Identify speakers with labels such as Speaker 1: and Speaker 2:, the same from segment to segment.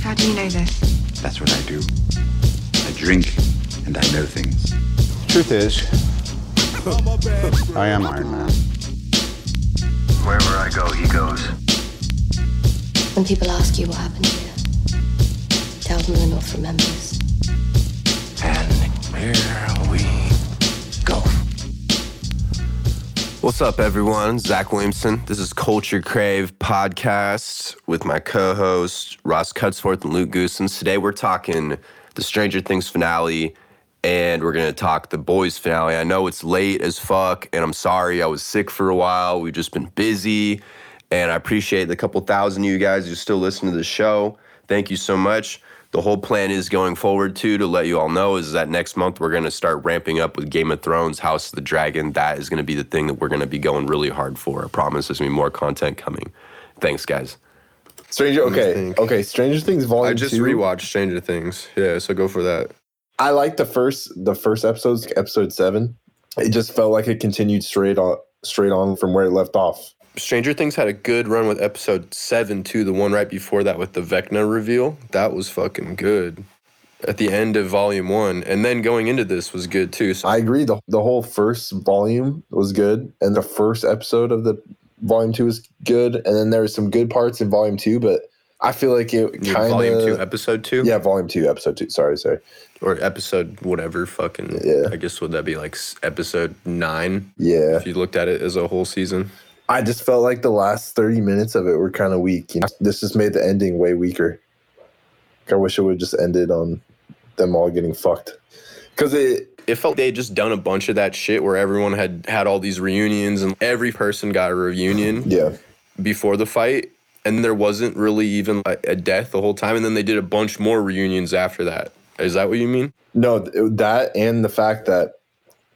Speaker 1: How do you know this?
Speaker 2: That's what I do. I drink and I know things.
Speaker 3: Truth is, I am Iron Man.
Speaker 2: Wherever I go, he goes.
Speaker 4: When people ask you what happened here, tell them the North remembers.
Speaker 5: And here we go. What's up, everyone? Zach Williamson. This is Culture Crave podcast with my co hosts, Ross Cutsforth and Luke Goosens. Today, we're talking the Stranger Things finale and we're going to talk the boys finale. I know it's late as fuck, and I'm sorry. I was sick for a while. We've just been busy, and I appreciate the couple thousand of you guys who still listen to the show. Thank you so much. The whole plan is going forward, too, to let you all know is that next month we're going to start ramping up with Game of Thrones, House of the Dragon. That is going to be the thing that we're going to be going really hard for. I promise there's going to be more content coming. Thanks, guys.
Speaker 6: Stranger.
Speaker 5: me
Speaker 6: Okay,
Speaker 5: think.
Speaker 6: okay. Stranger Things Volume
Speaker 5: I just
Speaker 6: Two.
Speaker 5: rewatched Stranger Things. Yeah, so go for that.
Speaker 6: I like the first the first episodes, episode seven. It just felt like it continued straight on straight on from where it left off.
Speaker 5: Stranger Things had a good run with episode seven too. The one right before that with the Vecna reveal that was fucking good. At the end of volume one, and then going into this was good too. So
Speaker 6: I agree. The the whole first volume was good, and the first episode of the volume two was good, and then there was some good parts in volume two, but I feel like it
Speaker 5: You mean
Speaker 6: kind of
Speaker 5: volume two, episode two,
Speaker 6: yeah, volume two, episode two. Sorry, sorry.
Speaker 5: or episode whatever. Fucking
Speaker 6: Yeah.
Speaker 5: I guess would that be like s- episode nine
Speaker 6: Yeah,
Speaker 5: if you looked at it as a whole season?
Speaker 6: I just felt like the last thirty minutes of it were kind of weak. You know? This just made the ending way weaker. I wish it would just ended on them all getting fucked, because it
Speaker 5: it felt they had just done a bunch of that shit where everyone had had all these reunions and every person got a reunion
Speaker 6: yeah.
Speaker 5: before the fight and there wasn't really even a, a death the whole time and then they did a bunch more reunions after that is that what you mean
Speaker 6: No, th- that and the fact that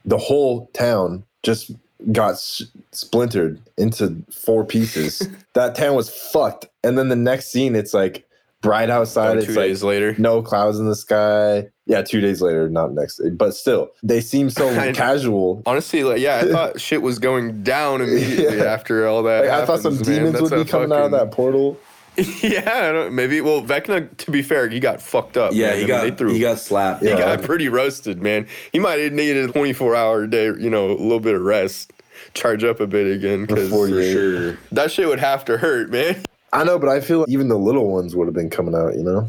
Speaker 6: the whole town just got s- splintered into four pieces. that town was fucked. And then the next scene, it's like bright outside.
Speaker 5: Or
Speaker 6: it's
Speaker 5: two
Speaker 6: like
Speaker 5: days later
Speaker 6: no clouds in the sky. Yeah, two days later, not next day, but still, they seem so
Speaker 5: I know.
Speaker 6: casual.
Speaker 5: honestly like yeah i thought shit was going down immediately
Speaker 6: Yeah.
Speaker 5: after all that
Speaker 6: Like, I thought some
Speaker 5: happens, man.
Speaker 6: demons
Speaker 5: That's
Speaker 6: would
Speaker 5: how
Speaker 6: be coming out of
Speaker 5: fucking-
Speaker 6: that portal.
Speaker 5: yeah I don't, maybe well vecna to be fair he got fucked up
Speaker 7: Yeah,
Speaker 5: man. I
Speaker 7: he
Speaker 5: mean,
Speaker 7: got
Speaker 5: they threw
Speaker 7: he got slapped.
Speaker 5: he
Speaker 6: Yeah.
Speaker 5: got pretty roasted, man. He might have needed a 24 hour day, you know, a little bit of rest, charge up a bit again,
Speaker 6: Before
Speaker 5: because
Speaker 6: you-
Speaker 7: for sure.
Speaker 5: that shit would have to hurt, man.
Speaker 6: I know, but I feel like even the little ones would have been coming out, you know?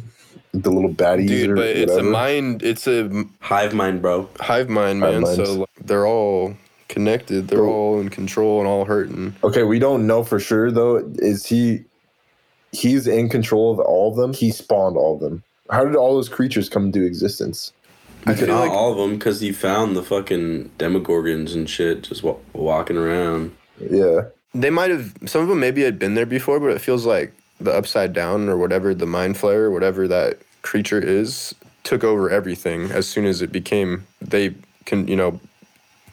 Speaker 6: The little baddies.
Speaker 5: Dude,
Speaker 6: or
Speaker 5: but it's a
Speaker 6: whatever.
Speaker 5: mind, it's a
Speaker 7: Hive mind, bro.
Speaker 5: hive mind,
Speaker 6: Hive
Speaker 5: man. so
Speaker 6: minds.
Speaker 5: like, they're all connected, they're
Speaker 6: Bro.
Speaker 5: all in control and all hurting.
Speaker 6: Okay, we don't know for sure though. Is he he's in control of all of them? He spawned all of them. How did all those creatures come into existence?
Speaker 5: I feel
Speaker 7: Not
Speaker 5: like
Speaker 7: all of them, because he found the fucking demogorgons and shit just wa- walking around.
Speaker 6: Yeah.
Speaker 5: they might have, some of them maybe had been there before, but it feels like the upside down or whatever, the mind flare, whatever that creature is, took over everything as soon as it became, they can, you know,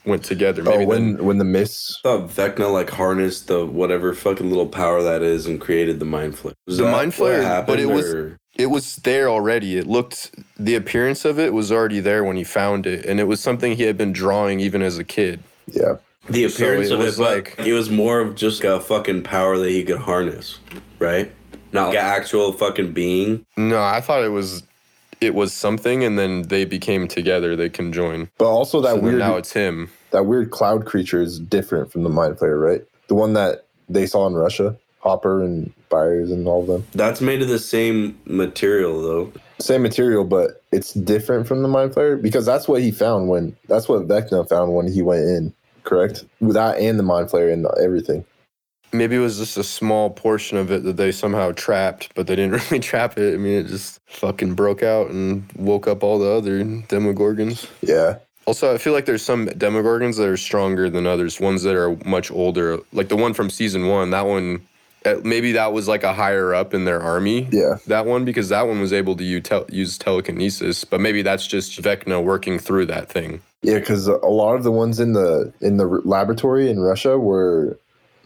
Speaker 5: went together. Maybe
Speaker 6: oh,
Speaker 5: then-
Speaker 6: when when the mist.
Speaker 7: I thought Vecna like harnessed the whatever fucking little power that is and created the mind flare. Was
Speaker 5: The
Speaker 7: that
Speaker 5: mind
Speaker 7: what
Speaker 5: flare, but
Speaker 7: happened,
Speaker 5: it was-
Speaker 7: or-
Speaker 5: it was there already. It looked the appearance of it was already there when he found it, and it was something he had been drawing even as a kid.
Speaker 6: Yeah.
Speaker 7: the
Speaker 5: so
Speaker 7: appearance
Speaker 5: it
Speaker 7: of it.
Speaker 5: was
Speaker 7: Like
Speaker 5: like-
Speaker 7: it was more of just a fucking power that he could harness, right? Not like an actual fucking being.
Speaker 5: No, I thought it was it was something, and then they became together. They conjoined.
Speaker 6: But also that
Speaker 5: So then
Speaker 6: weird
Speaker 5: now it's him.
Speaker 6: that weird cloud creature is different from the mind player, right? The one that they saw in Russia, Hopper and Byers and all of them.
Speaker 7: That's made of the same material though.
Speaker 6: Same material, but it's different from the mind player because that's what he found when that's what Vecna found when he went in, correct? With that and the mind player and everything.
Speaker 5: Maybe it was just a small portion of it that they somehow trapped, but they didn't really trap it. I mean, it just fucking broke out and woke up all the other demogorgons.
Speaker 6: Yeah.
Speaker 5: Also, I feel like there's some Demogorgons that are stronger than others. Ones that are much older, like the one from season one. That one, uh, maybe that was like a higher up in their army.
Speaker 6: Yeah.
Speaker 5: That one because that one was able to u- tel- use telekinesis, but maybe that's just Vecna working through that thing.
Speaker 6: Yeah, because a lot of the ones in the in the laboratory in Russia were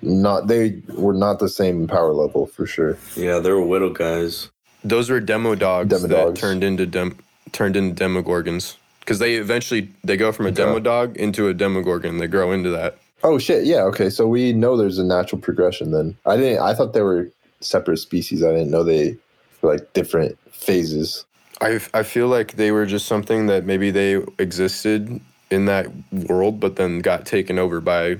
Speaker 6: not they were not the same power level for sure.
Speaker 7: Yeah, they were little guys.
Speaker 5: Those were demo dogs that
Speaker 6: Demodogs.
Speaker 5: turned into dem- turned into Demogorgons because they eventually they go from a demo dog into a Demogorgon. They grow into that.
Speaker 6: Oh shit! Yeah, okay. So we know there's a natural progression. Then I didn't. I thought they were separate species. I didn't know they for like different phases.
Speaker 5: I I feel like they were just something that maybe they existed in that world, but then got taken over by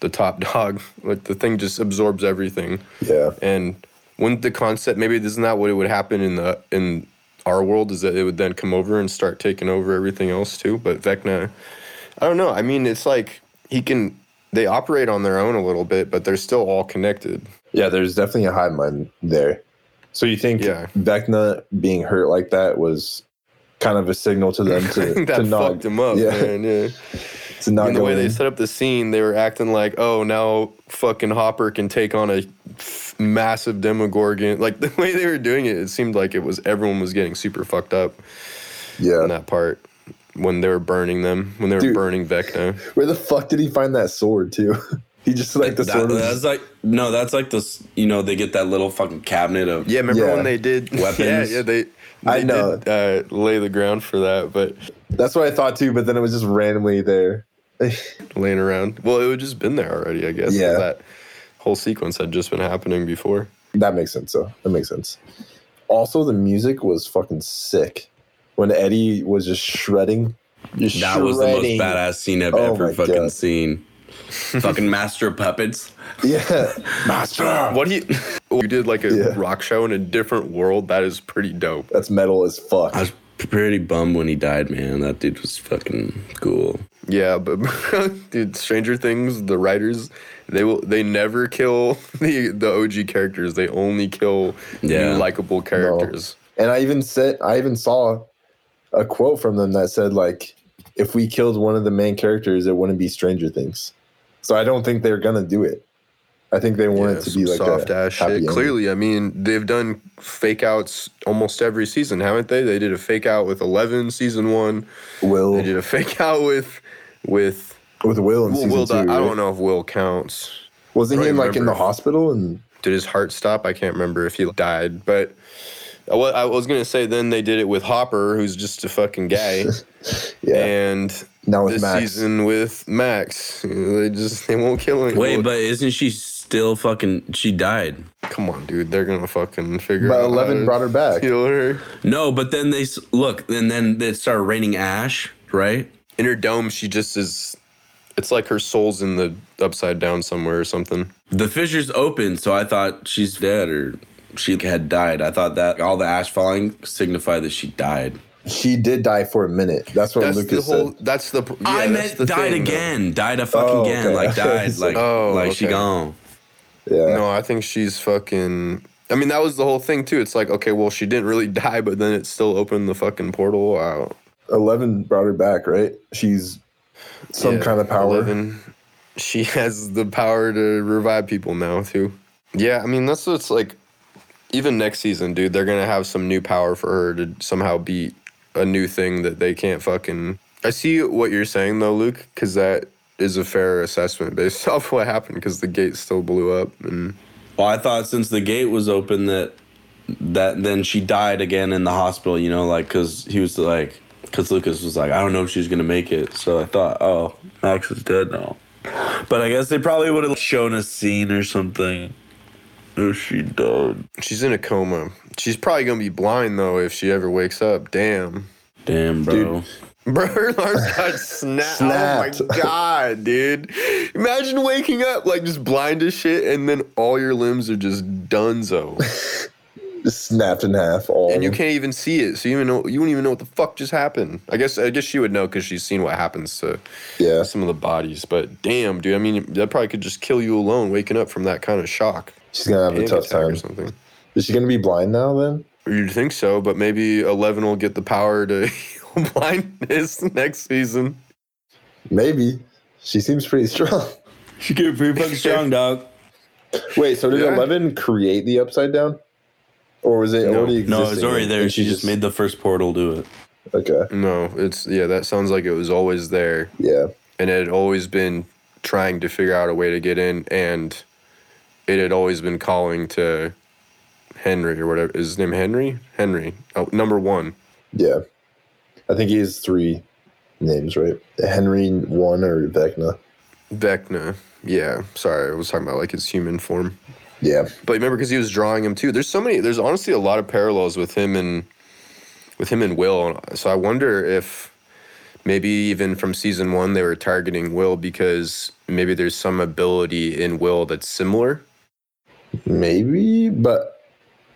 Speaker 5: the top dog. Like the thing just absorbs everything.
Speaker 6: Yeah.
Speaker 5: And wouldn't the concept maybe isn't that what it would happen in the in our world is that it would then come over and start taking over everything else too? But Vecna, I don't know. I mean, it's like he can. They operate on their own a little bit, but they're still all connected.
Speaker 6: Yeah, there's definitely a high mind there. So you think
Speaker 5: Yeah.
Speaker 6: Vecna being hurt like that was kind of a signal to them
Speaker 5: I
Speaker 6: to,
Speaker 5: think that
Speaker 6: to not
Speaker 5: fucked him up,
Speaker 6: yeah,
Speaker 5: man. Yeah.
Speaker 6: to not
Speaker 5: And the
Speaker 6: go
Speaker 5: way they
Speaker 6: in.
Speaker 5: set up the scene, they were acting like, oh, now fucking Hopper can take on a f- massive Demogorgon. Like the way they were doing it, it seemed like it was everyone was getting super fucked up
Speaker 6: yeah.
Speaker 5: in that part when they were burning them, when they were
Speaker 6: Dude.
Speaker 5: burning Vecna.
Speaker 6: Where the fuck did he find that sword too? he just like the
Speaker 7: That-
Speaker 6: sword. was-
Speaker 7: that's like no, that's like this. You know, they get that little fucking cabinet of
Speaker 5: Yeah, remember
Speaker 6: Yeah.
Speaker 5: when they did Yeah,
Speaker 7: Weapons.
Speaker 5: yeah, they.
Speaker 6: I
Speaker 5: they
Speaker 6: know.
Speaker 5: Did, uh, lay the ground for that, but
Speaker 6: that's what I thought too, but then it was just randomly there.
Speaker 5: laying around. Well, it would just been there already, I guess. 'cause
Speaker 6: Yeah.
Speaker 5: That whole sequence had just been happening before.
Speaker 6: That makes sense though. That makes sense. Also, the music was fucking sick. When Eddie was just shredding, just
Speaker 7: That was the most
Speaker 6: shredding.
Speaker 7: badass scene I've
Speaker 6: Oh my
Speaker 7: ever fucking
Speaker 6: God.
Speaker 7: seen. fucking master puppets.
Speaker 6: Yeah, master.
Speaker 5: What he you did like a
Speaker 6: Yeah.
Speaker 5: rock show in a different world. That is pretty dope.
Speaker 6: That's metal as fuck.
Speaker 7: I was pretty bummed when he died, man. That dude was fucking cool.
Speaker 5: Yeah, but dude, Stranger Things, the writers, they will they never kill the the OG characters. They only kill
Speaker 7: Yeah.
Speaker 5: new likable characters.
Speaker 6: And I even said, I even saw a quote from them that said, like, if we killed one of the main characters, it wouldn't be Stranger Things. So I don't think they're gonna do it. I think they want
Speaker 5: Yeah,
Speaker 6: it to
Speaker 5: some
Speaker 6: be like
Speaker 5: soft
Speaker 6: a
Speaker 5: ass shit.
Speaker 6: happy ending.
Speaker 5: Clearly, I mean, they've done fake outs almost every season, haven't they? They did a fake out with Eleven season one.
Speaker 6: Will
Speaker 5: They did a fake out with with
Speaker 6: with Will in
Speaker 5: well,
Speaker 6: season
Speaker 5: Will.
Speaker 6: two.
Speaker 5: di- I
Speaker 6: right?
Speaker 5: don't know if Will counts.
Speaker 6: Wasn't he
Speaker 5: I
Speaker 6: in, like in
Speaker 5: remember.
Speaker 6: the hospital and
Speaker 5: did his heart stop? I can't remember if he died, but I wa- I was gonna say then they did it with Hopper, who's just a fucking guy,
Speaker 6: yeah?
Speaker 5: and
Speaker 6: Now with
Speaker 5: this
Speaker 6: Max.
Speaker 5: season with Max, you know, they just they won't kill him.
Speaker 7: Wait,
Speaker 5: Well,
Speaker 7: but isn't she still fucking? She died.
Speaker 5: come on, dude, they're gonna fucking figure
Speaker 6: but
Speaker 5: out. how
Speaker 6: Eleven
Speaker 5: to
Speaker 6: brought her back.
Speaker 5: Heal her.
Speaker 7: No, but then they s- look, and then it started raining ash, right?
Speaker 5: In her dome, she just is. It's like her soul's in the upside down somewhere or something.
Speaker 7: The fissures open, so I thought she's dead or she had died. I thought that all the ash falling signified that she died.
Speaker 6: She did die for a minute. That's what
Speaker 5: That's
Speaker 6: Lucas
Speaker 5: the whole.
Speaker 6: said.
Speaker 5: That's the. pr- Yeah,
Speaker 7: I
Speaker 5: that's
Speaker 7: meant
Speaker 5: the
Speaker 7: died
Speaker 5: thing, though.
Speaker 7: again, died a fucking
Speaker 6: Oh,
Speaker 7: again,
Speaker 6: okay.
Speaker 7: like died, like
Speaker 5: Oh,
Speaker 7: like she
Speaker 5: okay.
Speaker 7: gone.
Speaker 6: Yeah,
Speaker 5: No, I think she's fucking. I mean, that was the whole thing too. It's like, okay, well, she didn't really die, but then it still opened the fucking portal out.
Speaker 6: Eleven brought her back. Right? She's some
Speaker 5: Yeah,
Speaker 6: kind of power.
Speaker 5: 11. She has the power to revive people now too. Yeah, I mean, that's what's like. Even next season, dude, they're gonna have some new power for her to somehow beat a new thing that they can't fucking. I see what you're saying though, Luke, because that is a fair assessment based off what happened. Because the gate still blew up, and
Speaker 7: Well, I thought since the gate was open that that then she died again in the hospital. You know, like because he was like because Lucas was like, I don't know if she's gonna make it. So I thought, oh, Max is dead now. But I guess they probably would have shown a scene or something. If she died.
Speaker 5: She's in a coma. She's probably gonna be blind though if she ever wakes up. Damn.
Speaker 7: Damn, bro.
Speaker 5: Bro, her arms got snapped. Oh
Speaker 6: Snapped.
Speaker 5: my god, dude. Imagine waking up like just blind as shit and then all your limbs are just dunzo.
Speaker 6: Just snapped in half. All
Speaker 5: and you can't even see it. So you even know you don't even know what the fuck just happened. I guess I guess she would know because she's seen what happens to
Speaker 6: Yeah.
Speaker 5: some of the bodies. But damn, dude, I mean that probably could just kill you alone waking up from that kind of shock.
Speaker 6: She's gonna have a
Speaker 5: Panic
Speaker 6: tough
Speaker 5: attack
Speaker 6: time.
Speaker 5: or something.
Speaker 6: Is she gonna be blind now then?
Speaker 5: You'd think so, but maybe Eleven will get the power to heal blindness next season.
Speaker 6: Maybe. She seems pretty strong.
Speaker 7: She get pretty fucking strong, dog.
Speaker 6: Wait, so did
Speaker 5: Yeah.
Speaker 6: Eleven create the upside down? Or was it already existing?
Speaker 7: No, it's already there.
Speaker 6: and
Speaker 7: She just made the first portal do it.
Speaker 6: Okay.
Speaker 5: No, it's yeah, that sounds like it was always there
Speaker 6: Yeah.
Speaker 5: and it had always been trying to figure out a way to get in and it had always been calling to Henry or whatever is his name Henry? Henry. Oh, number 1.
Speaker 6: Yeah. I think he has three names, right? Henry one or Vecna.
Speaker 5: Vecna. Yeah, sorry. I was talking about like his human form.
Speaker 6: Yeah.
Speaker 5: But remember, because he was drawing him too. There's so many. There's honestly a lot of parallels with him and with him and Will. So I wonder if maybe even from season one they were targeting Will because maybe there's some ability in Will that's similar.
Speaker 6: Maybe, but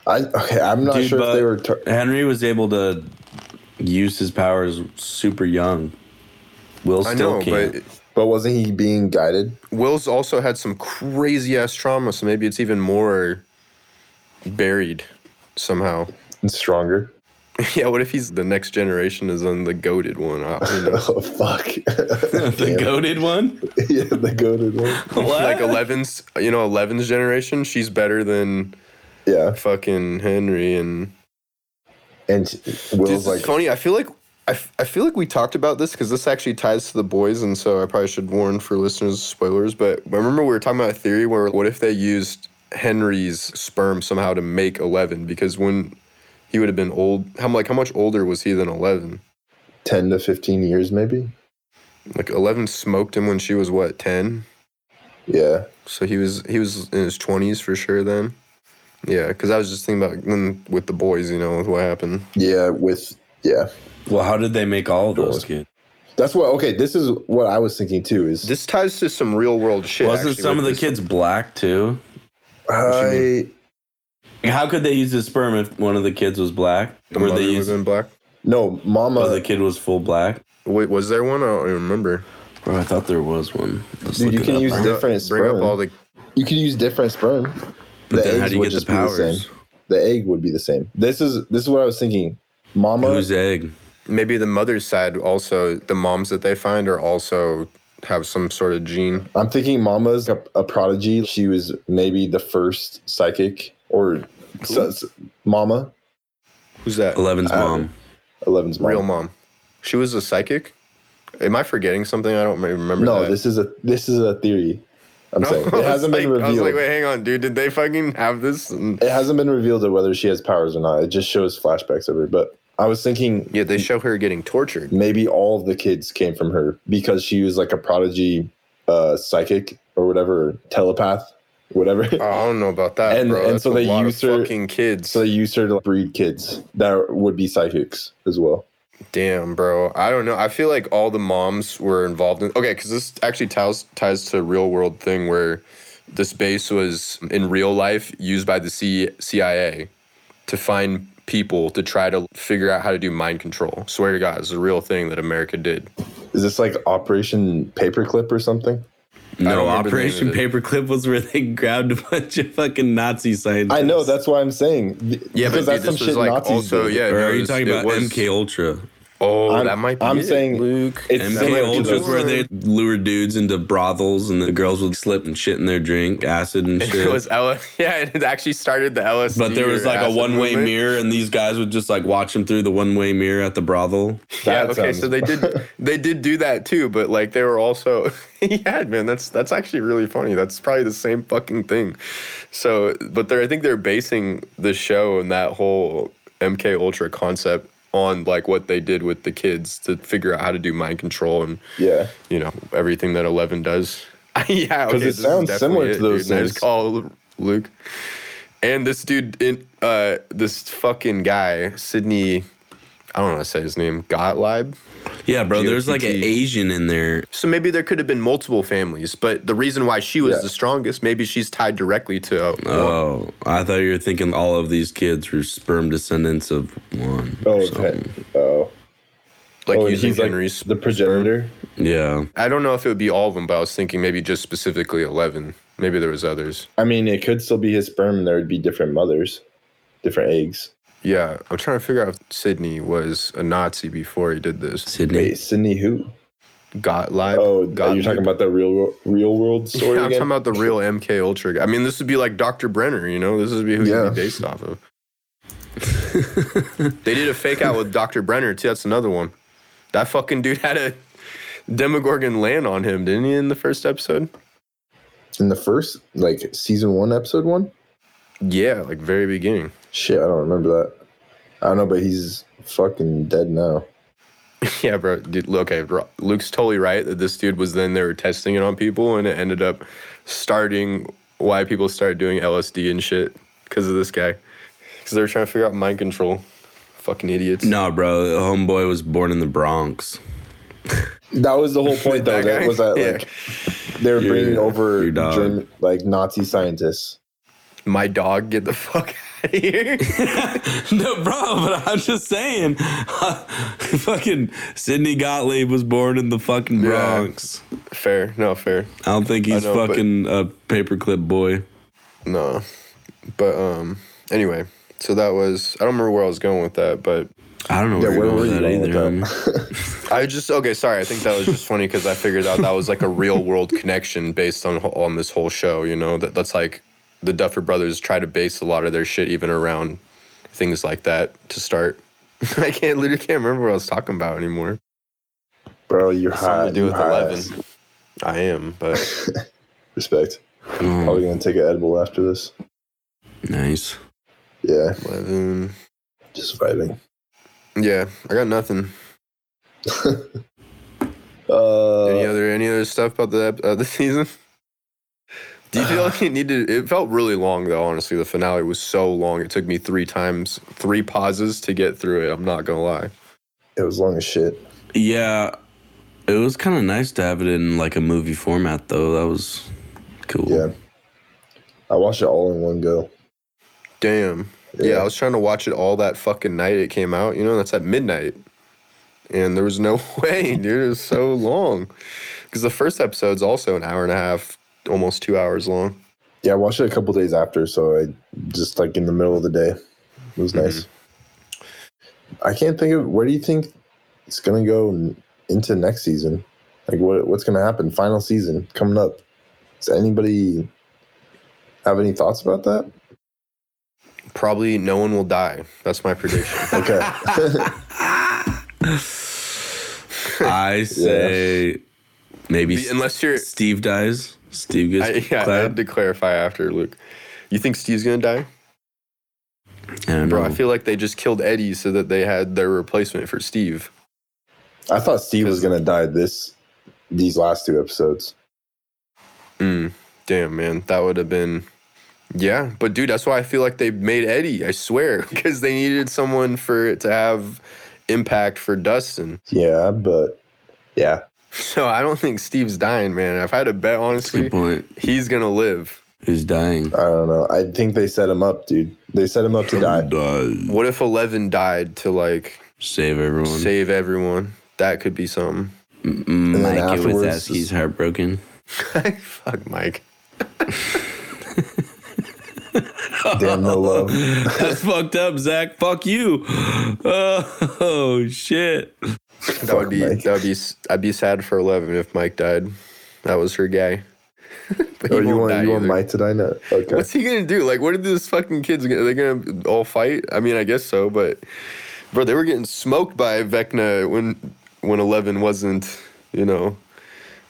Speaker 6: I okay, I'm not
Speaker 7: Dude,
Speaker 6: sure if
Speaker 7: but
Speaker 6: they were tar-
Speaker 7: Henry was able to use his powers super young. Will
Speaker 5: I
Speaker 7: still
Speaker 5: know,
Speaker 7: can't.
Speaker 5: but
Speaker 6: but wasn't he being guided?
Speaker 5: Will's also had some crazy ass trauma, so maybe it's even more buried somehow.
Speaker 6: and Stronger.
Speaker 5: yeah, what if he's the next generation is on the goaded one? I don't know.
Speaker 6: Oh fuck.
Speaker 7: the goaded one.
Speaker 6: yeah, the goaded one.
Speaker 7: What?
Speaker 5: Like 11's, you know, 11's generation, she's better than
Speaker 6: Yeah,
Speaker 5: fucking Henry and
Speaker 6: and
Speaker 5: Dude,
Speaker 6: Will's
Speaker 5: this
Speaker 6: like
Speaker 5: is funny. I feel like I, f- I feel like we talked about this because this actually ties to the boys, and so I probably should warn for listeners spoilers. But I remember we were talking about a theory where what if they used Henry's sperm somehow to make Eleven? Because when he would have been old, how like how much older was he than Eleven?
Speaker 6: ten to fifteen years, maybe.
Speaker 5: Like Eleven smoked him when she was what ten,
Speaker 6: Yeah,
Speaker 5: so he was he was in his twenties for sure then. Yeah, because I was just thinking about when with the boys, you know, with what happened.
Speaker 6: yeah. With yeah,
Speaker 7: Well, how did they make all of those kids?
Speaker 6: that's what. Okay, this is what I was thinking too. Is
Speaker 5: This ties to some real world shit.
Speaker 7: Wasn't
Speaker 5: actually,
Speaker 7: some of
Speaker 5: with
Speaker 7: the
Speaker 5: this-
Speaker 7: kids black too?
Speaker 6: I
Speaker 7: How could they use his sperm if one of the kids was black?
Speaker 5: The
Speaker 7: Were
Speaker 5: mother
Speaker 7: they
Speaker 5: was
Speaker 7: using?
Speaker 5: in black?
Speaker 6: no
Speaker 7: Oh,
Speaker 6: mama.
Speaker 7: the kid was full black.
Speaker 5: Wait, was there one? I don't even remember.
Speaker 7: Bro, I thought there was one. Let's
Speaker 6: Dude,
Speaker 7: look
Speaker 6: you
Speaker 7: it
Speaker 6: can
Speaker 7: up
Speaker 6: use
Speaker 7: now.
Speaker 5: Bring up-
Speaker 6: different
Speaker 5: Bring up
Speaker 6: sperm.
Speaker 5: all the.
Speaker 6: you could use different sperm. The
Speaker 7: then how
Speaker 6: eggs
Speaker 7: do you
Speaker 6: would just
Speaker 7: get the
Speaker 6: be the same.
Speaker 7: powers?
Speaker 6: The egg would be the same. This is this is what I was thinking. Mama.
Speaker 7: Who's egg?
Speaker 5: Maybe the mother's side also. The moms that they find are also have some sort of gene.
Speaker 6: I'm thinking Mama's a, a prodigy. She was maybe the first psychic or so- so- Mama,
Speaker 5: Who's that?
Speaker 7: Eleven's
Speaker 6: Uh,
Speaker 7: mom.
Speaker 6: Eleven's mom.
Speaker 5: Real mom. She was a psychic. Am I forgetting something? I don't ma- remember.
Speaker 6: no,
Speaker 5: that.
Speaker 6: this is a this is a theory. I'm saying
Speaker 5: I
Speaker 6: it
Speaker 5: was
Speaker 6: hasn't been
Speaker 5: like-
Speaker 6: revealed.
Speaker 5: I was like, wait, hang on, dude. Did they fucking have this? And-
Speaker 6: It hasn't been revealed of whether she has powers or not. It just shows flashbacks of her. But I was thinking
Speaker 5: yeah, they show her getting tortured.
Speaker 6: maybe all of the kids came from her because she was like a prodigy uh, psychic or whatever, telepath, whatever.
Speaker 5: Oh, I don't know about that,
Speaker 6: And-
Speaker 5: bro.
Speaker 6: and
Speaker 5: That's
Speaker 6: so
Speaker 5: a
Speaker 6: they
Speaker 5: lot
Speaker 6: use
Speaker 5: of
Speaker 6: her-
Speaker 5: fucking kids.
Speaker 6: so they used her to breed kids that would be psychics as well.
Speaker 5: Damn, bro. I don't know. I feel like all the moms were involved in. Okay, because this actually ties ties to a real world thing where this base was in real life used by the C- CIA to find people to try to figure out how to do mind control. Swear to God, it's a real thing that America did.
Speaker 6: Is this like Operation Paperclip or something?
Speaker 7: No,
Speaker 5: remember the name
Speaker 7: Operation
Speaker 5: of it.
Speaker 7: Paperclip was where they grabbed a bunch of fucking Nazi scientists.
Speaker 6: I know that's why I'm saying.
Speaker 5: Yeah, but dude, this was like also yeah.
Speaker 7: Or
Speaker 5: no,
Speaker 7: are you
Speaker 5: this-
Speaker 7: talking
Speaker 5: it
Speaker 7: about
Speaker 5: was-
Speaker 7: MK Ultra?
Speaker 5: Oh,
Speaker 6: I'm-
Speaker 5: that might. be
Speaker 6: I'm
Speaker 5: it,
Speaker 6: saying
Speaker 5: Luke.
Speaker 6: it's
Speaker 7: MK
Speaker 6: similar to
Speaker 7: Ultra is
Speaker 6: those-
Speaker 7: where they lured dudes into brothels and the girls would slip and shit in their drink, acid and shit.
Speaker 5: It was L- yeah, it actually started the LSD.
Speaker 7: but there was
Speaker 5: or
Speaker 7: like a
Speaker 5: acid
Speaker 7: one way
Speaker 5: movement.
Speaker 7: mirror, and these guys would just like watch them through the one way mirror at the brothel.
Speaker 5: Yeah,
Speaker 6: That
Speaker 5: okay,
Speaker 6: sounds-
Speaker 5: so they did they did do that too, but like they were also yeah, man, that's that's actually really funny. That's probably the same fucking thing. So, but they're I think they're basing the show and that whole MK Ultra concept on like what they did with the kids to figure out how to do mind control and
Speaker 6: yeah.
Speaker 5: you know everything that Eleven does. yeah, because
Speaker 6: it sounds similar to those
Speaker 5: There's
Speaker 6: things.
Speaker 5: call Luke, and this dude in uh this fucking guy Sydney. I don't want to say his name. Gottlieb.
Speaker 7: Yeah, bro, there's like an
Speaker 5: GOTT.
Speaker 7: Asian in there.
Speaker 5: So maybe there could have been multiple families, but the reason why she was
Speaker 6: Yeah.
Speaker 5: the strongest, maybe she's tied directly to. Uh,
Speaker 7: Oh, I thought you were thinking all of these kids were sperm descendants of one.
Speaker 6: Oh,
Speaker 7: or
Speaker 6: okay.
Speaker 7: something.
Speaker 6: oh.
Speaker 5: like
Speaker 6: oh, and
Speaker 5: using
Speaker 6: he's like
Speaker 5: Henry's.
Speaker 6: the progenitor.
Speaker 7: Yeah.
Speaker 5: I don't know if it would be all of them, but I was thinking maybe just specifically eleven. Maybe there was others.
Speaker 6: I mean, it could still be his sperm. and There would be different mothers, different eggs.
Speaker 5: Yeah, I'm trying to figure out if Sydney was a Nazi before he did this.
Speaker 7: Sydney.
Speaker 6: Wait, Sydney who?
Speaker 5: Gottlieb.
Speaker 6: Oh, you're
Speaker 5: Gottlieb.
Speaker 6: talking about the real wor- real world story
Speaker 5: Yeah, I'm
Speaker 6: again?
Speaker 5: talking about the real MK Ultra. guy. I mean, this would be like Dr. Brenner, you know? This would be who
Speaker 6: Yeah.
Speaker 5: you'd be based off of. they did a fake out with Dr. Brenner, too. That's another one. That fucking dude had a Demogorgon land on him, didn't he, in the first episode?
Speaker 6: In the first, like season one, episode one.
Speaker 5: Yeah, like very beginning.
Speaker 6: Shit, I don't remember that. I don't know, but he's fucking dead now.
Speaker 5: Yeah, bro. Dude, look, okay, Ro- Luke's totally right that this dude was then they were testing it on people and it ended up starting why people started doing LSD and shit because of this guy. Because they were trying to figure out mind control. Fucking idiots.
Speaker 7: No, bro, the homeboy was born in the Bronx.
Speaker 6: That was the whole point, though.
Speaker 5: That
Speaker 6: that
Speaker 5: guy?
Speaker 6: was that like they were
Speaker 7: Your-
Speaker 6: bringing over
Speaker 7: your dog.
Speaker 6: German, like Nazi scientists.
Speaker 5: My dog, get the fuck out of here.
Speaker 7: no, bro, but I'm just saying, fucking Sidney Gottlieb was born in the fucking
Speaker 5: Yeah.
Speaker 7: Bronx.
Speaker 5: fair. No, fair.
Speaker 7: I don't think he's
Speaker 5: know, but-
Speaker 7: fucking a paperclip boy.
Speaker 5: No. But um anyway, so that was I don't remember where I was going with that, but
Speaker 7: I don't know
Speaker 6: Yeah, where
Speaker 7: where, where
Speaker 6: were
Speaker 7: you
Speaker 6: you
Speaker 7: going
Speaker 6: going
Speaker 7: with
Speaker 6: with
Speaker 7: that either. homie.
Speaker 5: I just okay, sorry. I think that was just funny because I figured out that was like a real world connection based on on this whole show. You know that that's like the Duffer Brothers try to base a lot of their shit even around things like that to start. I can't literally can't remember what I was talking about anymore.
Speaker 6: Bro, you're high.
Speaker 5: Something to do
Speaker 6: you
Speaker 5: with
Speaker 6: high
Speaker 5: eleven.
Speaker 6: ass.
Speaker 5: I am, but
Speaker 6: Respect.
Speaker 5: Hmm.
Speaker 6: Probably gonna take an edible after this.
Speaker 7: Nice.
Speaker 6: Yeah,
Speaker 5: eleven.
Speaker 6: just vibing.
Speaker 5: Yeah, I got nothing.
Speaker 6: Uh,
Speaker 5: any other any other stuff about the ep- uh, the season? Do you feel like it needed? It felt really long though. Honestly, the finale was so long. It took me three times, three pauses to get through it. I'm not gonna lie.
Speaker 6: it was long as shit.
Speaker 7: Yeah, it was kind of nice to have it in like a movie format, though. That was cool.
Speaker 6: Yeah, I watched it all in one go.
Speaker 5: Damn. Yeah.
Speaker 6: Yeah.
Speaker 5: I was trying to watch it all that fucking night it came out. You know, that's at midnight, and there was no way, dude. It was so long because the first episode's also an hour and a half, almost two hours long.
Speaker 6: Yeah, I watched it a couple days after, so I just like in the middle of the day. It was
Speaker 5: Mm-hmm.
Speaker 6: nice. I can't think of where do you think it's gonna go n- into next season? Like what what's gonna happen? Final season coming up. Does anybody have any thoughts about that?
Speaker 5: Probably no one will die. That's my prediction.
Speaker 6: Okay.
Speaker 7: I say maybe
Speaker 5: Be- Unless you're,
Speaker 7: Steve dies. Steve gets
Speaker 5: I, yeah, I had
Speaker 7: clapped.
Speaker 5: to clarify after Luke. You think Steve's gonna die?
Speaker 7: I don't
Speaker 5: Bro, I
Speaker 7: know.
Speaker 5: feel like they just killed Eddie so that they had their replacement for Steve.
Speaker 6: I thought Steve was gonna die this these last two episodes.
Speaker 5: Mm, damn, man. That would have been. Yeah, but dude, that's why I feel like they made Eddie, I swear, because they needed someone for it to have impact for Dustin.
Speaker 6: Yeah, but yeah.
Speaker 5: So I don't think Steve's dying, man. If I had to bet, honestly,
Speaker 7: Good point.
Speaker 5: he's going to live.
Speaker 7: Who's dying?
Speaker 6: I don't know. I think they set him up, dude. They set him up to die.
Speaker 7: Dies.
Speaker 5: What if Eleven died to like
Speaker 7: Save everyone.
Speaker 5: save everyone? That could be something.
Speaker 6: then
Speaker 7: Mike
Speaker 6: afterwards-
Speaker 7: Wazowski's heartbroken.
Speaker 5: Fuck Mike.
Speaker 6: Damn no love.
Speaker 7: That's fucked up, Zach. Fuck you. Oh shit.
Speaker 5: That would be
Speaker 6: Mike.
Speaker 5: that would be s- I'd be sad for Eleven if Mike died. That was her guy. But he
Speaker 6: Oh, you
Speaker 5: won't
Speaker 6: want
Speaker 5: die
Speaker 6: you want
Speaker 5: either.
Speaker 6: Mike to die now? Okay.
Speaker 5: What's he gonna do? Like, what are these fucking kids? Gonna, are they gonna all fight? I mean, I guess so, but bro, they were getting smoked by Vecna when when Eleven wasn't, you know,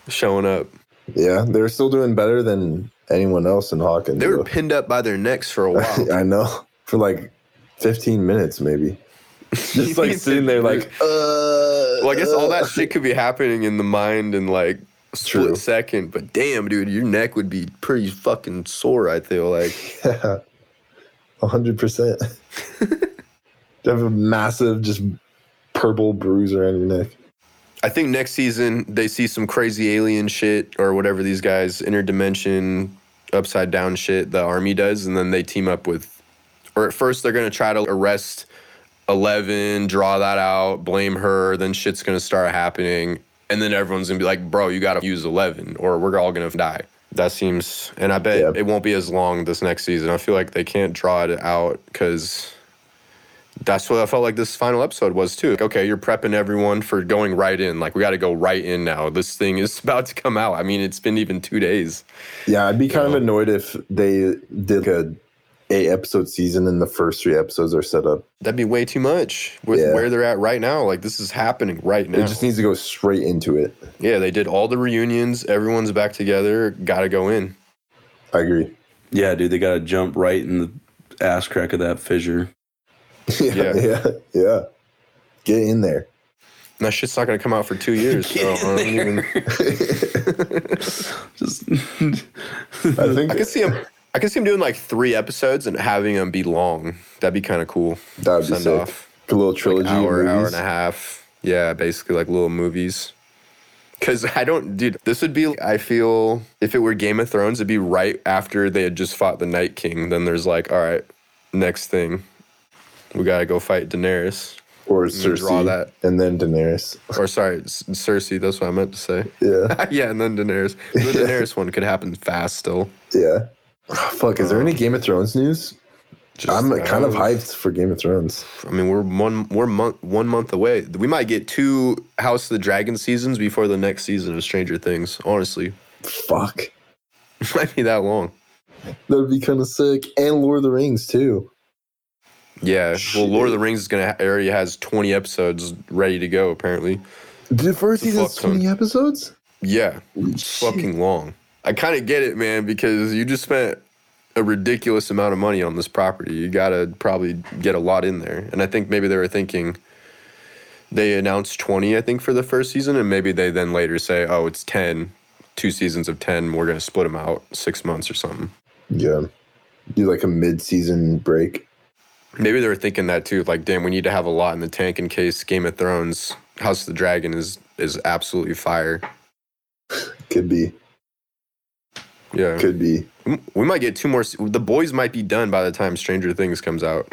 Speaker 5: showing up.
Speaker 6: Yeah, they were still doing better than anyone else in Hawkins.
Speaker 5: They were
Speaker 6: though.
Speaker 5: pinned up by their necks for a while.
Speaker 6: I know for like 15 minutes maybe. Just like sitting there, like uh.
Speaker 5: Well, I guess all that
Speaker 6: uh.
Speaker 5: shit could be happening in the mind in like split
Speaker 6: True.
Speaker 5: second, but damn, dude, your neck would be pretty fucking sore. I feel like.
Speaker 6: Yeah, 100. percent You have a massive, just purple bruise around your neck.
Speaker 5: I think next season they see some crazy alien shit or whatever these guys interdimension upside down shit the army does, and then they team up with. Or at first they're gonna try to arrest Eleven, draw that out, blame her. Then shit's gonna start happening, and then everyone's gonna be like, "Bro, you gotta use Eleven, or we're all gonna die." That seems, and I bet
Speaker 6: Yeah.
Speaker 5: it won't be as long this next season. I feel like they can't draw it out because that's what I felt like this final episode was too. Like, okay, you're prepping everyone for going right in. Like we got to go right in now. This thing is about to come out. I mean, it's been even two days.
Speaker 6: Yeah, I'd be kind of annoyed if they did like a eight episode season and the first three episodes are set up.
Speaker 5: That'd be way too much with
Speaker 6: Yeah.
Speaker 5: where they're at right now. Like this is happening right
Speaker 6: It
Speaker 5: now.
Speaker 6: just needs to go straight into it.
Speaker 5: yeah, they did all the reunions. Everyone's back together. Got to go in.
Speaker 6: I agree.
Speaker 7: Yeah, dude, they gotta jump right in the ass crack of that fissure.
Speaker 5: Yeah.
Speaker 6: yeah, yeah, yeah. Get in there.
Speaker 5: And that shit's not gonna come out for two years. so I don't even-
Speaker 7: Just
Speaker 6: I think
Speaker 5: I could see him. I could see him doing like three episodes and having them be long. That'd be kind of cool.
Speaker 6: that'd be
Speaker 5: Send
Speaker 6: sick.
Speaker 5: off.
Speaker 6: A little trilogy. of
Speaker 5: hour, hour
Speaker 6: movies.
Speaker 5: and a half. Yeah, basically like little movies. Cause I don't, dude. This would be. I feel if it were Game of Thrones, it'd be right after they had just fought the Night King. Then there's like, all right, next thing, we gotta go fight Daenerys.
Speaker 6: Or
Speaker 5: then
Speaker 6: Cersei.
Speaker 5: draw that.
Speaker 6: And then Daenerys.
Speaker 5: Or sorry, S- Cersei. That's what I meant to say.
Speaker 6: Yeah.
Speaker 5: yeah, and then Daenerys. The Daenerys one could happen fast still.
Speaker 6: Yeah. Fuck, is there any Game of Thrones news?
Speaker 5: Um, Just-
Speaker 6: I'm
Speaker 5: I
Speaker 6: kind of
Speaker 5: don't-
Speaker 6: hyped for Game of Thrones.
Speaker 5: I mean, we're one we're month one month away. We might get two House of the Dragon seasons before the next season of Stranger Things. Honestly,
Speaker 6: Fuck.
Speaker 5: might be that long.
Speaker 6: That'd be kind of sick. And Lord of the Rings too.
Speaker 5: Yeah. Well,
Speaker 6: Shit.
Speaker 5: Lord of the Rings is gonna ha- already has twenty episodes ready to go. Apparently,
Speaker 6: The first
Speaker 5: The
Speaker 6: season's
Speaker 5: fuck ton.
Speaker 6: 20 episodes?
Speaker 5: yeah,
Speaker 6: Holy shit.
Speaker 5: fucking long. I kind of get it, man, because you just spent a ridiculous amount of money on this property. You gotta probably get a lot in there, and I think maybe they were thinking. They announced 20, I think, for the first season, and maybe they then later say, oh, it's 10, two seasons of 10, we're going to split them out six months or something.
Speaker 6: Yeah. Do like a mid season break.
Speaker 5: Maybe they were thinking that too. Like, damn, we need to have a lot in the tank in case Game of Thrones, House of the Dragon is is absolutely fire.
Speaker 6: Could be.
Speaker 5: Yeah,
Speaker 6: Could be.
Speaker 5: M- we might get two more. se- The boys might be done by the time Stranger Things comes out.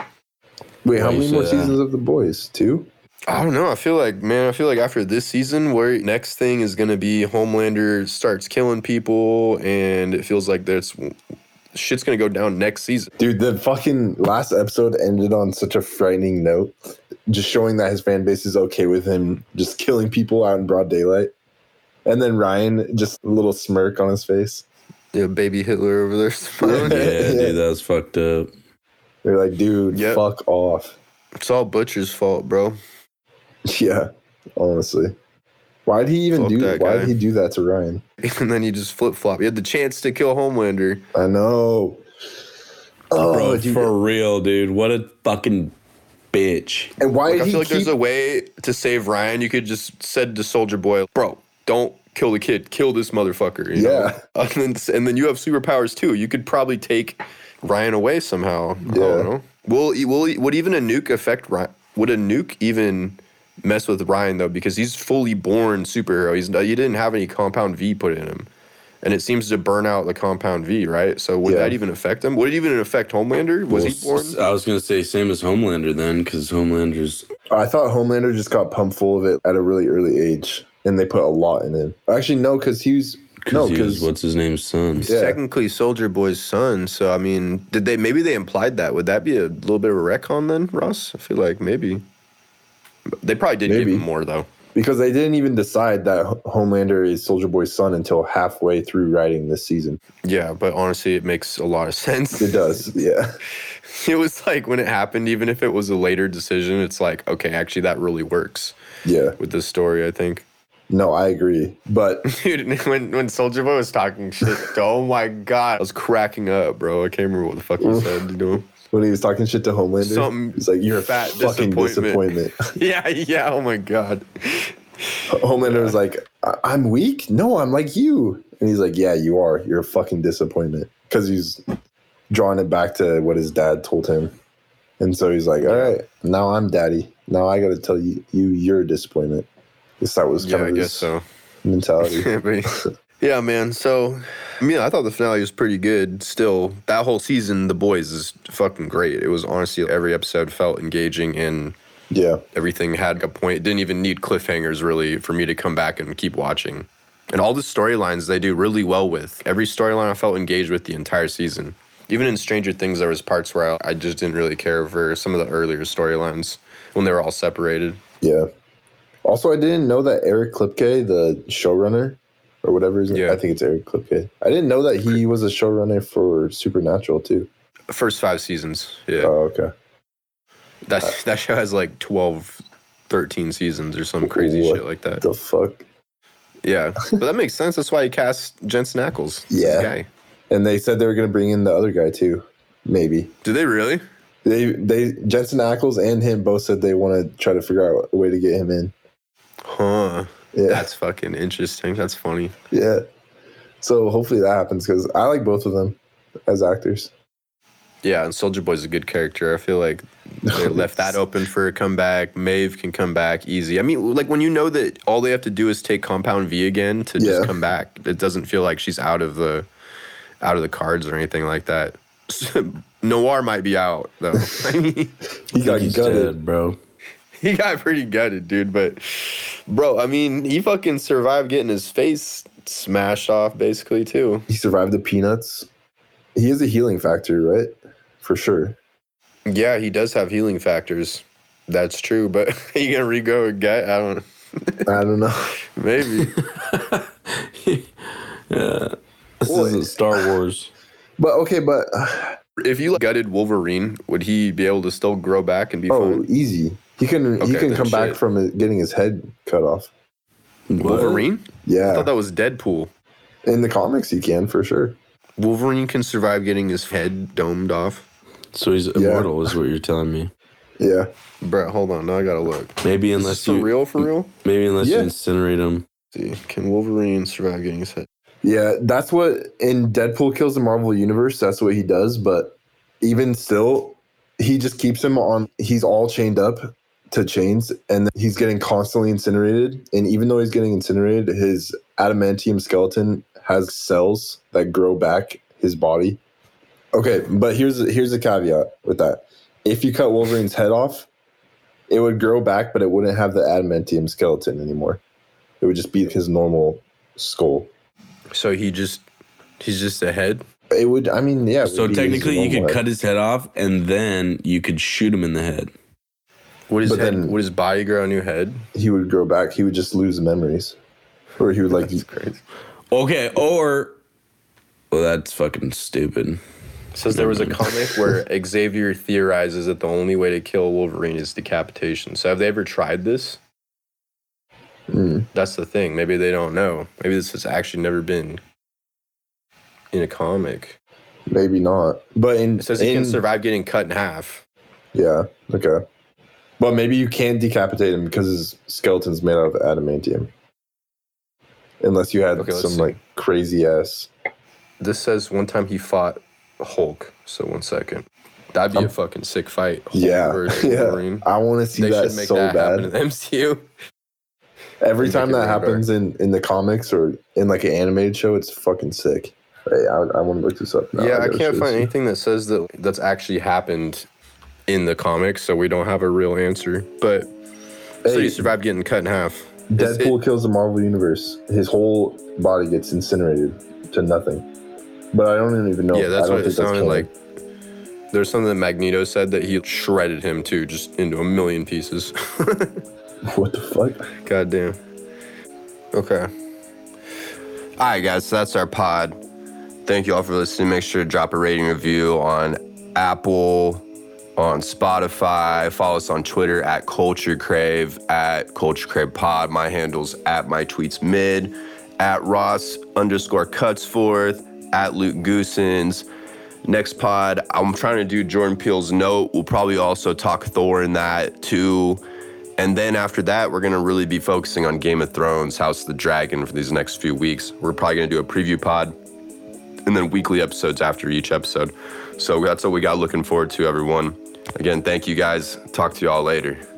Speaker 6: Wait, how
Speaker 7: Why you
Speaker 6: many more
Speaker 7: say that?
Speaker 6: seasons of The Boys? Two?
Speaker 5: I don't know. I feel like, man, I feel like after this season, where next thing is gonna be Homelander starts killing people, and it feels like there's shit's gonna go down next season.
Speaker 6: Dude, the fucking last episode ended on such a frightening note, just showing that his fan base is okay with him just killing people out in broad daylight. And then Ryan, just a little smirk on his face.
Speaker 5: Yeah, baby Hitler over there smiling.
Speaker 7: yeah,
Speaker 6: Yeah.
Speaker 7: dude, that was fucked up.
Speaker 6: They're like, dude,
Speaker 5: Yep.
Speaker 6: fuck off.
Speaker 5: It's all Butcher's fault, bro.
Speaker 6: Yeah, honestly. Why'd he even
Speaker 5: Fuck
Speaker 6: do
Speaker 5: that
Speaker 6: why'd
Speaker 5: guy.
Speaker 6: he do that to Ryan?
Speaker 5: And then you just flip flop. You had the chance to kill Homelander.
Speaker 6: I know. Oh,
Speaker 7: Bro,
Speaker 6: dude.
Speaker 7: for real, dude. What a fucking bitch.
Speaker 6: and why
Speaker 5: Like,
Speaker 6: did
Speaker 5: I
Speaker 6: he
Speaker 5: feel like
Speaker 6: keep
Speaker 5: there's a way to save Ryan. You could just said to Soldier Boy, "Bro, don't kill the kid. Kill this motherfucker." you know?
Speaker 6: Yeah.
Speaker 5: And then, and then you have superpowers too. You could probably take Ryan away somehow. I
Speaker 6: Yeah.
Speaker 5: don't know. Will will would even a nuke affect Ryan? Would a nuke even mess with Ryan though? Because he's fully born superhero. He's he didn't have any compound V put in him. And it seems to burn out the compound V, right? So would
Speaker 6: Yeah.
Speaker 5: that even affect him? Would it even affect Homelander? Was he
Speaker 7: Well,
Speaker 5: born?
Speaker 7: s- I was gonna say same as Homelander then, because Homelander's
Speaker 6: I thought Homelander just got pumped full of it at a really early age, and they put a lot in him. Actually, no, because he was no,
Speaker 7: because he was
Speaker 6: because
Speaker 7: what's his name's son.
Speaker 6: Yeah.
Speaker 5: technically Soldier Boy's son. So I mean, did they? Maybe they implied that. Would that be a little bit of a retcon then, Ross? I feel like maybe. But They probably did give
Speaker 6: Maybe.
Speaker 5: him more though.
Speaker 6: because they didn't even decide that Ho- Homelander is Soldier Boy's son until halfway through writing this season.
Speaker 5: Yeah, but honestly, it makes a lot of sense.
Speaker 6: It does, yeah,
Speaker 5: it was like when it happened, even if it was a later decision, it's like, okay, actually, that really works
Speaker 6: yeah.
Speaker 5: with this story. I think.
Speaker 6: No, I agree, but
Speaker 5: Dude, when when Soldier Boy was talking shit, oh my god, I was cracking up, bro. I can't remember what the fuck he said. You know.
Speaker 6: when he was talking shit to Homelander,
Speaker 5: Some
Speaker 6: he's like, "You're a
Speaker 5: fat
Speaker 6: fucking
Speaker 5: disappointment."
Speaker 6: disappointment."
Speaker 5: Yeah, yeah. Oh my god.
Speaker 6: Homelander was like, I- "I'm weak. No, I'm like you," and he's like, "Yeah, you are. You're a fucking disappointment." Because he's drawing it back to what his dad told him, and so he's like, "All right, now I'm daddy. Now I got to tell you, you you're a disappointment." Guess that was kind
Speaker 5: Yeah,
Speaker 6: of
Speaker 5: I
Speaker 6: his
Speaker 5: guess so.
Speaker 6: mentality.
Speaker 5: Yeah, but- yeah, man. So, I mean, I thought the finale was pretty good. Still, that whole season, The Boys is fucking great. It was honestly every episode felt engaging and
Speaker 6: yeah,
Speaker 5: everything had a point. It didn't even need cliffhangers really for me to come back and keep watching. And all the storylines they do really well with. Every storyline I felt engaged with the entire season. Even in Stranger Things, there was parts where I, I just didn't really care for some of the earlier storylines when they were all separated.
Speaker 6: yeah. Also, I didn't know that Eric Klipke, the showrunner or whatever his name,
Speaker 5: Yeah.
Speaker 6: I think it's Eric Klipke. I didn't know that he was a showrunner for Supernatural too.
Speaker 5: The first five seasons, yeah.
Speaker 6: Oh, okay.
Speaker 5: That that show has like 12, 13 seasons or some crazy
Speaker 6: What
Speaker 5: shit like that.
Speaker 6: The fuck.
Speaker 5: Yeah, but that makes sense. That's why you cast Jensen Ackles. It's his
Speaker 6: Yeah.
Speaker 5: guy.
Speaker 6: And they said they were going to bring in the other guy too, maybe.
Speaker 5: Do they really?
Speaker 6: They they Jensen Ackles and him both said they want to try to figure out a way to get him in.
Speaker 5: Huh.
Speaker 6: Yeah,
Speaker 5: That's fucking interesting. That's funny.
Speaker 6: yeah. So hopefully that happens because I like both of them as actors.
Speaker 5: Yeah, and Soldier Boy's a good character. I feel like they left that open for a comeback. Maeve can come back easy. I mean, like when you know that all they have to do is take Compound V again to
Speaker 6: Yeah.
Speaker 5: just come back, it doesn't feel like she's out of the out of the cards or anything like that. Noir might be out though. I mean,
Speaker 6: He got
Speaker 7: He's
Speaker 6: gutted.
Speaker 7: dead, bro.
Speaker 5: he got pretty gutted, dude. But bro, I mean, he fucking survived getting his face smashed off basically too.
Speaker 6: He survived the peanuts. He is a healing factor, right? For sure.
Speaker 5: Yeah, he does have healing factors. That's true, but he gonna re-go a gut? I don't.
Speaker 6: I don't know.
Speaker 5: Maybe.
Speaker 7: This
Speaker 6: Well,
Speaker 7: isn't Star Wars.
Speaker 6: But okay, but uh,
Speaker 5: if you gutted Wolverine, would he be able to still grow back and be
Speaker 6: oh,
Speaker 5: fine?
Speaker 6: easy. He can he
Speaker 5: Okay,
Speaker 6: can
Speaker 5: then
Speaker 6: come back
Speaker 5: shit.
Speaker 6: from it- getting his head cut off.
Speaker 5: Wolverine? I
Speaker 6: Yeah,
Speaker 5: thought that was Deadpool.
Speaker 6: in the comics he can for sure.
Speaker 5: Wolverine can survive getting his head domed off.
Speaker 7: So he's immortal, is what you're telling me.
Speaker 6: Yeah,
Speaker 5: Bro, hold on. Now I gotta look.
Speaker 7: Maybe
Speaker 5: Is this
Speaker 7: unless
Speaker 5: for
Speaker 7: you
Speaker 5: real, for real?
Speaker 7: maybe unless
Speaker 6: Yeah.
Speaker 7: you incinerate him.
Speaker 5: Let's see, can Wolverine survive getting his head?
Speaker 6: yeah. That's what in Deadpool kills the Marvel universe. That's what he does. But even still, he just keeps him on. He's all chained up to chains, and then he's getting constantly incinerated. And even though he's getting incinerated, his adamantium skeleton has cells that grow back his body. Okay, but here's here's a caveat with that. If you cut Wolverine's head off, it would grow back, but it wouldn't have the adamantium skeleton anymore. It would just be his normal skull.
Speaker 5: So he just he's just a head?
Speaker 6: It would. I mean, yeah. it
Speaker 7: So
Speaker 6: would be his
Speaker 7: technically, you
Speaker 6: normal
Speaker 7: could
Speaker 6: head.
Speaker 7: cut his head off, and then you could shoot him in the head.
Speaker 5: Would his
Speaker 6: But
Speaker 5: head
Speaker 6: then-
Speaker 5: would his body grow a new head?
Speaker 6: He would grow back. He would just lose memories, or he would like.
Speaker 5: That's crazy.
Speaker 7: Okay, or well, that's fucking stupid.
Speaker 5: Says there was a comic where Xavier theorizes that the only way to kill Wolverine is decapitation. So have they ever tried this?
Speaker 6: Mm.
Speaker 5: That's the thing. Maybe they don't know. Maybe this has actually never been in a comic.
Speaker 6: Maybe not. But in,
Speaker 5: It says he can
Speaker 6: in-
Speaker 5: survive getting cut in half.
Speaker 6: Yeah. Okay. But maybe you can't decapitate him because his skeleton's made out of adamantium. Unless you had
Speaker 5: Okay, let's
Speaker 6: some
Speaker 5: see.
Speaker 6: like crazy ass.
Speaker 5: This says one time he fought Hulk. So one second. That'd be a fucking sick fight. Hulk
Speaker 6: yeah.
Speaker 5: versus
Speaker 6: Yeah.
Speaker 5: Wolverine.
Speaker 6: I want to see
Speaker 5: They
Speaker 6: that
Speaker 5: should make
Speaker 6: so
Speaker 5: that
Speaker 6: bad.
Speaker 5: happen in the MCU.
Speaker 6: Every
Speaker 5: Make
Speaker 6: time
Speaker 5: it
Speaker 6: that
Speaker 5: way better.
Speaker 6: happens in, in the comics or in like an animated show, it's fucking sick. Hey, I, I want to look this up. now.
Speaker 5: yeah, I
Speaker 6: gotta
Speaker 5: can't
Speaker 6: show
Speaker 5: find
Speaker 6: this
Speaker 5: anything that says that that's actually happened in the comics, so we don't have a real answer. But
Speaker 6: to you.
Speaker 5: so
Speaker 6: Hey,
Speaker 5: you survived getting cut in half. It's- it-
Speaker 6: Deadpool kills the Marvel Universe. His whole body gets incinerated to nothing. But I don't even know.
Speaker 5: yeah, that's
Speaker 6: I don't
Speaker 5: what it
Speaker 6: think that's
Speaker 5: sounded
Speaker 6: canon.
Speaker 5: like. There's something that Magneto said that he shredded him too, just into a million pieces.
Speaker 6: What the fuck?
Speaker 5: God damn. Okay.
Speaker 8: All right, guys, so that's our pod. Thank you all for listening. Make sure to drop a rating review on Apple, on Spotify. Follow us on Twitter at Culture Crave, at Culture Crave Pod. My handles at My Tweets Mid, at Ross underscore Cutsforth, at Luke Goosens. Next pod, I'm trying to do Jordan Peele's note. We'll probably also talk Thor in that too. And then after that, we're gonna really be focusing on Game of Thrones, House of the Dragon for these next few weeks. We're probably gonna do a preview pod and then weekly episodes after each episode. So that's what we got looking forward to, everyone. Again, thank you guys. Talk to y'all later.